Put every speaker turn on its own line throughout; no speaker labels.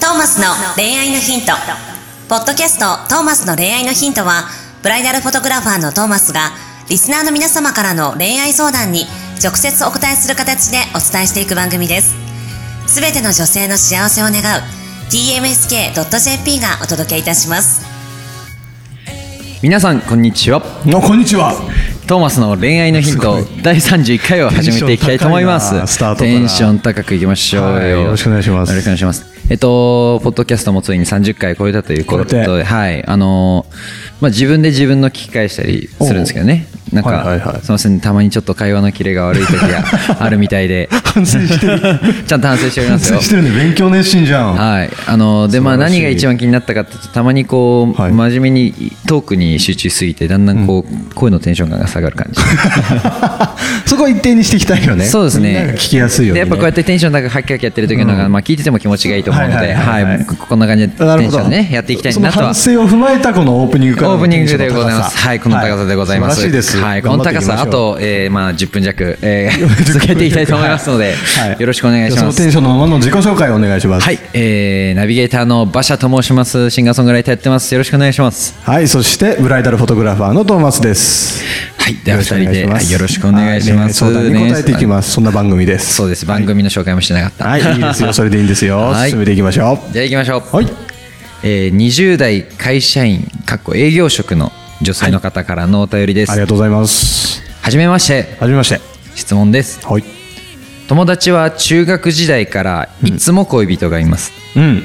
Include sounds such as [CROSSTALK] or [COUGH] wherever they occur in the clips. トーマスの恋愛のヒント。ポッドキャストトーマスの恋愛のヒントは、ブライダルフォトグラファーのトーマスが、リスナーの皆様からの恋愛相談に直接お答えする形でお伝えしていく番組です。すべての女性の幸せを願う、tmsk.jp がお届けいたします。
皆さんこんにちは
のこんにちは
トーマスの恋愛のヒント
すご
第31回を始めていきたいと思いま
テンション高いな
す
スタートから
テンション高くいきましょうよ、
はいよろしくお願いします
よろくお願いしますえっとポッドキャストもついに30回超えたということ
超えて
ではいあのーまあ自分で自分の聞き返したりするんですけどねなんか、
はいはいはい
すみませんたまにちょっと会話のキレが悪い時があるみたいで
[LAUGHS] 反省してる
[LAUGHS] ちゃんと反省しておりま
反
す
[LAUGHS]
よ
省してるね勉強熱心じゃん、
はい、あのでまあ
素晴らしい
何が一番気になったかっていうとたまにこう、
はい
真面目にトークに集中しすぎてだんだんこう、声のテンション感が下がる感じ、
[LAUGHS] そこは一定にしていきたいよ [LAUGHS] ね
そうです
みんなが
ね
聞きやすいよう
でや
にね
っぱこうやってテンション高くハキハキやってる時の方が、まあ聞いてても気持ちがいいと思うの
はい
で、
はいは
はいい
はい
ここんな感じでテ
なる
ン
ほ
ショ
ど
ンでねやっていきたいなとは
その反省を踏まえたこのオープニングからの
オープニングでございます。はい、この高さでございます。
はい、素晴らしいです、
はい、この高さ、あと、えー、まあ、10分弱、え
[LAUGHS]
ー、 [LAUGHS] 続けていきたいと思いますので、よろしくお願いし
そ
ま
の
す
テ。ンションのままの自己紹介をお願いします
はい、えー、ナビゲーターの馬車と申します。シンガーソングライターやってます。よろしくお願いします。
はいそしてブライダルフォトグラファーのトーマスです
はい、では二人
よろしくお願い
で
します
はいよろしくお願いします。
はい恋愛相談に答えていき
ね
ますそんな番組です
そうです、番組の紹介もしてなかった。
はいいいですよそれでいいんですよ、
はい
進めていきましょう
じゃあ行きましょう。
はい
えー、20代会社員、かっこ営業職の女性の方からのお便りです。
あり
は
がとうございます
じめまして、
はじめまして
質問です。
はい
友達は中学時代からいつも恋人がいます。
うん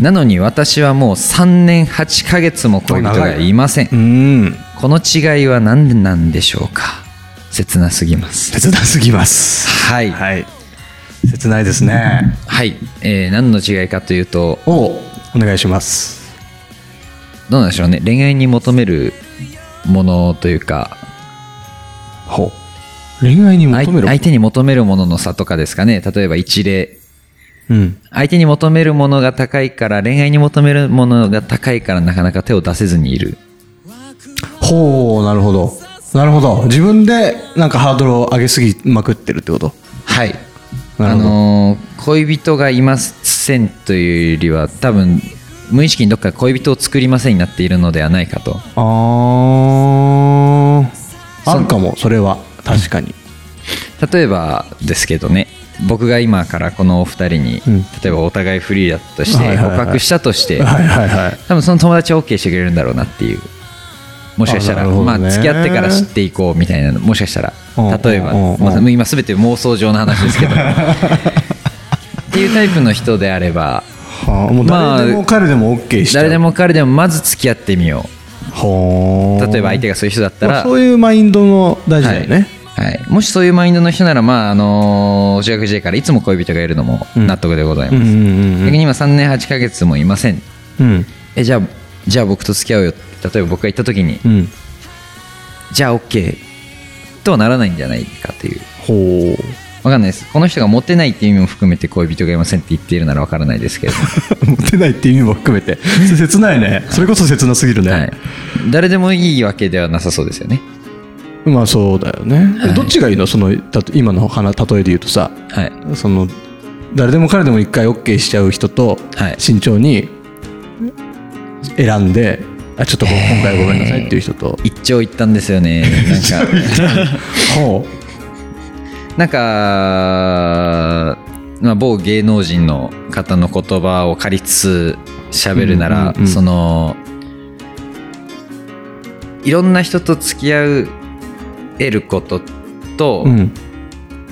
なのに私はもう3年8ヶ月も恋人がいません。
うん
この違いは何でなんでしょうか切なすぎます。
切なすぎます
はい。はい。
はい切ないですね
えー何の違いかというと、
おお願いします
どうなんでしょうね恋愛に求めるものというか
ほ恋愛に
あい
求めろ
相手に求めるものの差とかですかね例えば一例
うん
相手に求めるものが高いから恋愛に求めるものが高いからなかなか手を出せずにいる
ほうなるほどなるほど自分でなんかハードルを上げすぎまくってるってこと
はい
な
あ
るほど
のー恋人がいませんというよりは多分無意識にどっか恋人を作りませんになっているのではないかと
あああるかもそれは確かに
例えばですけどね僕が今からこのお二人に、
うん
例えばお互いフリーだとし
は
て
いはい
告
はい
白したとして、
はいはいはい
多分その友達は OK してくれるんだろうなっていうもしかした
あ
ら、
なるほど
ま
ね
あ、付き合ってから知っていこうみたいなのもしかしたら
うん
例えば、
うん
まあ
うん
今すべて妄想上の話ですけどっていうタイプの人であれば
はあもう誰で
ま
も
あ
彼でも OK しちゃう
誰でも彼でもまず付き合ってみよ
ほ
う
ー
例えば相手がそういう人だった
まあ
ら、
そういうマインドも大事だよね
はいはい、もしそういうマインドの人なら、まああの中学時代からいつも恋人がいるのも納得でございます、
うんうんうん
逆に今3年8ヶ月もいません
うん
えじゃあじゃあ僕と付き合うよって例えば僕が言った時に、
うん
じゃあ OK とはならないんじゃないかという
ほ [LAUGHS]
わかんないですこの人がモテないっていう意味も含めて恋人がいませんって言っているならわからないですけれども、
[LAUGHS] うモテないっていう意味も含めてそれ切ないねそれこそ切なすぎるね、
はい、誰でもいいわけではなさそうですよね
まあそうだよね、
い
どっちがいいのそのたと今の話例えで言うとさ
はい
その誰でも彼でも一回 OK しちゃう人と
はい
慎重に選んで、あちょっとこう今回はごめんなさいっていう人と、
一長一短ですよねなんか
ほ
なんか、まあ、某芸能人の方の言葉を借りつつ喋るなら、
うんうんうん
そのいろんな人と付き合う得ることと、
う、うん、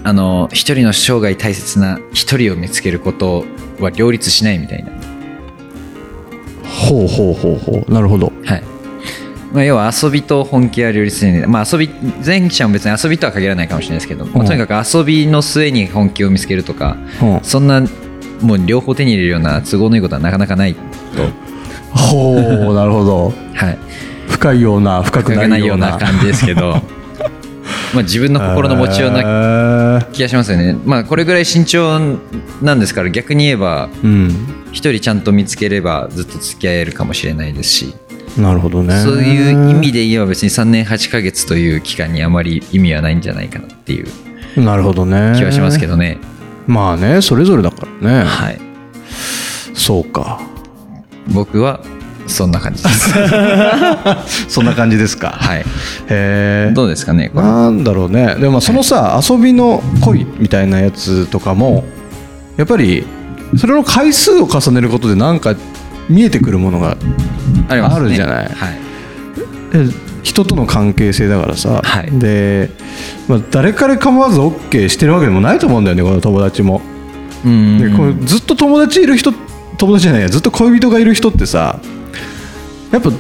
あの一人の生涯大切な一人を見つけることは両立しないみたいな、
ほうほうほうほうなるほど
はいまあ、要は遊びと本気は両立しない、まあ、遊び前者も別に遊びとは限らないかもしれないですけど、まあ
うん
とにかく遊びの末に本気を見つけるとか
うん
そんなもう両方手に入れるような都合のいいことはなかなかないと、
ほうなるほど
はい、
深いような深くないような
感じですけど [LAUGHS] まあ自分の心の持ちような
な
気がしますよね、まあ、これぐらい慎重なんですから逆に言えば
うん
一人ちゃんと見つければずっと付き合えるかもしれないですし
なるほどね
そういう意味で言えば別に3年8ヶ月という期間にあまり意味はないんじゃないかなっていう
なるほどね
気はしますけどね、
まあねそれぞれだからね
はい
そうか
僕はそんな感じです。
[LAUGHS] そんな感じですか
はい。
へえ
どうですかね、これ。
なんだろうねでもまあそのさ、遊びの恋みたいなやつとかもやっぱりそれの回数を重ねることでなんか見えてくるものが
ありますね
あるじゃない
はい。
で人との関係性だからさ、
はい
で、まあ、誰から構わず OK してるわけでもないと思うんだよねこの友達も、
う
でこ
ん。
うずっと友達いる人友達じゃないやずっと恋人がいる人ってさやっぱ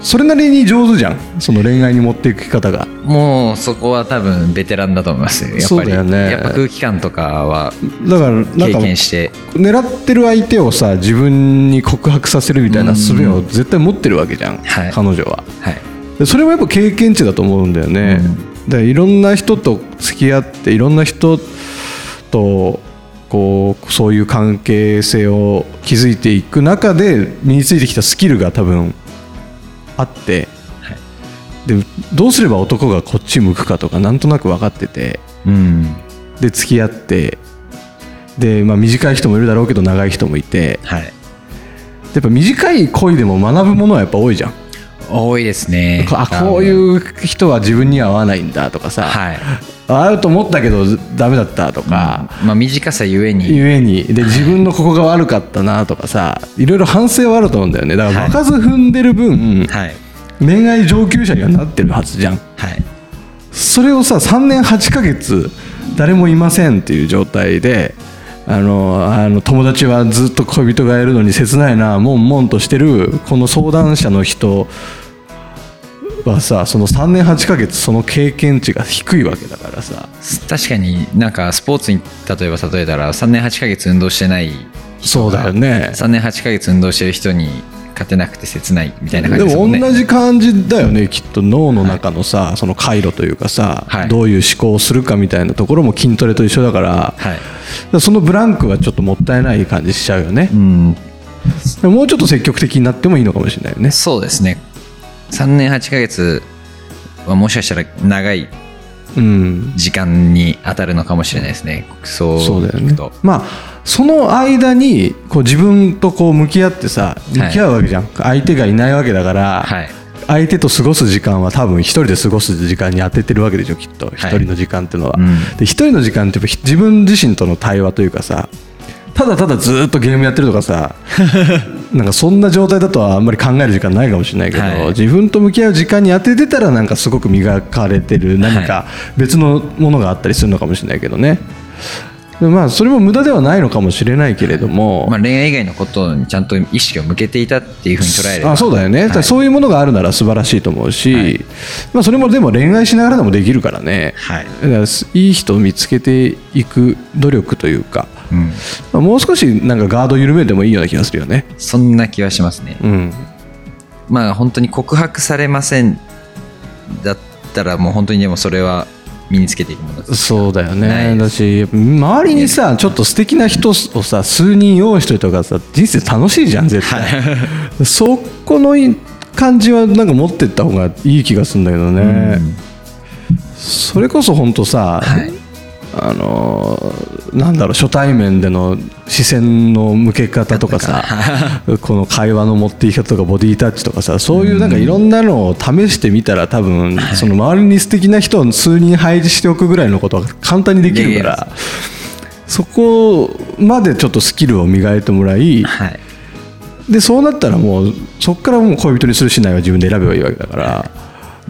それなりに上手じゃんその恋愛に持っていく方が
もうそこは多分ベテランだと思いますよ。やっ
そ
ぱ
う
り。
だよね
やっぱ空気感とかは
だからなんか
経験して。
狙ってる相手をさ自分に告白させるみたいな術を絶対持ってるわけじゃん、
はい
彼女は
はい。
でそれもやっぱ経験値だと思うんだよね、でいろんな人と付き合っていろんな人とこうそういう関係性を築いていく中で身についてきたスキルが多分あって、
はい
でどうすれば男がこっち向くかとかなんとなく分かってて
うん。
で付き合ってで、まあ、短い人もいるだろうけど長い人もいて
はい。
やっぱ短い恋でも学ぶものはやっぱ多いじゃん。
多いですね。。
あこういうう人は自分には合わないんだとかさ、
はい。
合うと思ったけどダメだったとか、
まあ短さゆえに。
ゆえにで自分のここが悪かったなとかさいろいろ反省はあると思うんだよねだから
はい
場数踏んでる分、
はい。
恋愛上級者にはなってるはずじゃん
はい。
それをさ3年8ヶ月誰もいませんっていう状態であのあの友達はずっと恋人がいるのに切ないなもんもんとしてるこの相談者の人はさその3年8ヶ月その経験値が低いわけだからさ
確かになんかスポーツに例えば例えたら3年8ヶ月運動してない
そうだよね
3年8ヶ月運動してる人に勝てなくて切ないみたいな感
で
じですも
も
んね
同じ感じだよねきっと脳の中のさ、その回路というかさ、
はい
どういう思考をするかみたいなところも筋トレと一緒だから,、
はい
そのブランクはちょっともったいない感じしちゃうよね
う、ん
でももうちょっと積極的になってもいいのかもしれないよね
そうですね3年8ヶ月はもしかしたら長い
うん
時間に当たるのかもしれないですねそう
そうだよ
聞
ね
くと
まあその間にこう自分とこう向き合ってさ向き合うわけじゃん、相手がいないわけだから、
はい
相手と過ごす時間は多分一人で過ごす時間に当ててるわけでしょきっと一人の時間っていうのは、
うん
で一人の時間ってやっぱ自分自身との対話というかさただただずーっとゲームやってると
[LAUGHS]
かさなんかそんな状態だとはあんまり考える時間ないかもしれないけど、
はい
自分と向き合う時間に当ててたらなんかすごく磨かれてる何か別のものがあったりするのかもしれないけどね、でもまあそれも無駄ではないのかもしれないけれども、
まあ、恋愛以外のことにちゃんと意識を向けていたっていうふうに捉えれば
あそうだよね、だからそういうものがあるなら素晴らしいと思うし、まあ、それもでも恋愛しながらでもできるからね、
はい
だからすいい人を見つけていく努力というか、
うん、
まあ、もう少しなんかガード緩めてもいいような気がするよね。
そんな気はしますね
うん、
まあ本当に告白されませんだったらもう本当にでもそれは身につけていくものです
そうだよ
ない
ね
で
だし周りにさちょっと素敵な人をさ数人用意しといた方がさ人生楽しいじゃん絶対、そこのい感じはなんか持ってった方がいい気がするんだけどね、それこそ本当さ、
はい
あのーなんだろう初対面での視線の向け方とかさ [LAUGHS] この会話の持っていき方とかボディタッチとかさそういうなんかいろんなのを試してみたら多分その周りに素敵な人を数人配置しておくぐらいのことは簡単にできるからそこまでちょっとスキルを磨いてもらい
はい
でそうなったらもうそこからもう恋人にするしないは自分で選べばいいわけだから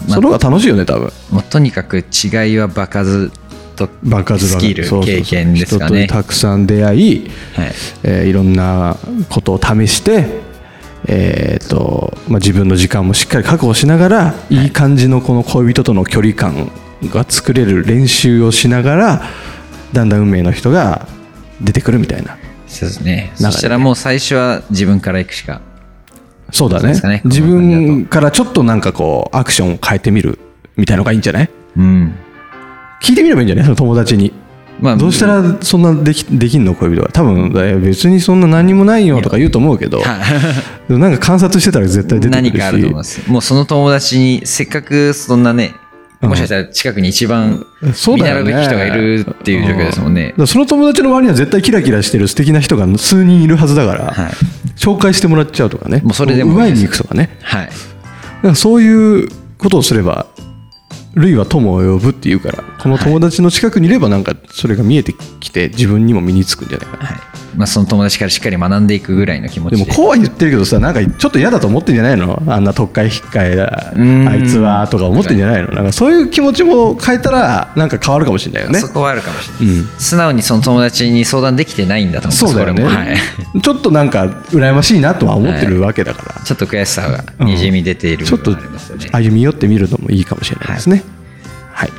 まあ
その方が楽しいよね多分。
もうとにかく違いは場数と
バカズ
ス
バカ
キル
そうそうそ
経
う
験ですかね
人とたくさん出会い、
はい
えーいろんなことを試して、えーとまあ、自分の時間もしっかり確保しながら、い、い感じのこの恋人との距離感が作れる練習をしながらだんだん運命の人が出てくるみたいな
そうですね
流れ
そしたらもう最初は自分から行くしか
そうだ
そうで
ね
すかね
自分からちょっとなんかこうアクションを変えてみるみたいのがいいんじゃない
うん [LAUGHS]
聞いてみればいいんじゃないその友達に。
まあ
どうしたらそんなできできんの恋人が多分え別にそんな何もないよとか言うと思うけどでもなんか観察してたら絶対出てくるし
何かあると思いますもうその友達にせっかくそんなねもしかしたら近くに一番
そう
見
だ
習う
よね
べき人がいるっていう状況ですもんね
だか。らその友達の周りには絶対キラキラしてる素敵な人が数人いるはずだから、
はい
紹介してもらっちゃうとかね
もうそれでも
奪
い
い
いです
に行くとかね
はい。
だからそういうことをすればルイは友を呼ぶっていうからこの友達の近くにいればなんかそれが見えてきて自分にも身につくんじゃないかな、
はいまあ、その友達からしっかり学んでいくぐらいの気持ち
で
で
もこうは言ってるけどさなんかちょっと嫌だと思ってんじゃないのあんな特会引っかえだ
うん
あいつはとか思ってんじゃないのなんかそういう気持ちも変えたらなんか変わるかもしれないよね
そこはあるかもしれない、素直にその友達に相談できてないんだと思
そうだよね、
これもはい、 [LAUGHS]
ちょっとなんか羨ましいなとは思ってるわけだから、
ちょっと悔しさがにじみ出ている
ちょ
部
っ
分
と
がありますよね、
歩み寄ってみるのもいいかもしれないですね。はい、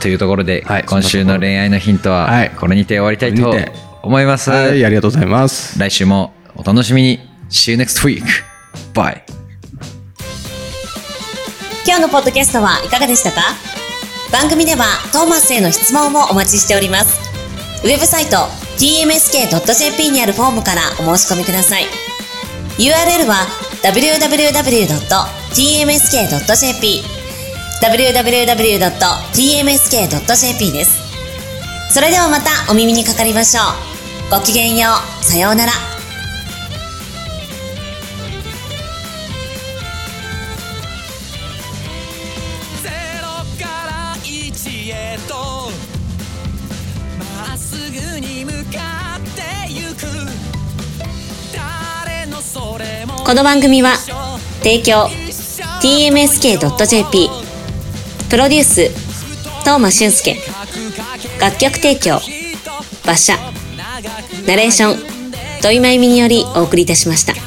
というところで、
はい
今週の恋愛のヒント
は
はいこれにて終わりたいと
これにて
思います、
はい、ありがとうございます。
来週もお楽しみに See you next week Bye
今日のポッドキャストはいかがでしたか番組ではトーマスへの質問もお待ちしております。ウェブサイト tmsk.jp にあるフォームからお申し込みください。URL は www.tmsk.jp www.tmsk.jp です。それではまたお耳にかかりましょう。ごきげんよう。さようなら。
ゼロから一へとまっすぐに向かってゆく誰のそれも
この番組は
一緒
提供 tmsk.jp プロデュース東間俊介楽曲提供馬車ナレーション土井真由美によりお送りいたしました。